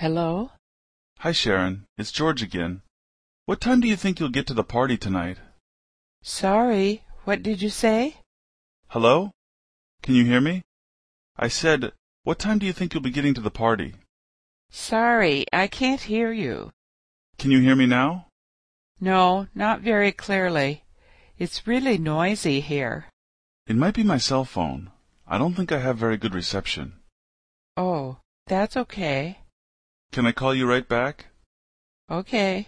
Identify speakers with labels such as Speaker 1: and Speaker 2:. Speaker 1: Hello?
Speaker 2: Hi, Sharon. It's George again. What time do you think you'll get to the party tonight?
Speaker 1: Sorry, what did you say?
Speaker 2: Hello? Can you hear me? I said, what time do you think you'll be getting to the party?
Speaker 1: Sorry, I can't hear you.
Speaker 2: Can you hear me now?
Speaker 1: No, not very clearly. It's really noisy here.
Speaker 2: It might be my cell phone. I don't think I have very good reception.
Speaker 1: Oh, that's okay.
Speaker 2: Can I call you right back?
Speaker 1: Okay.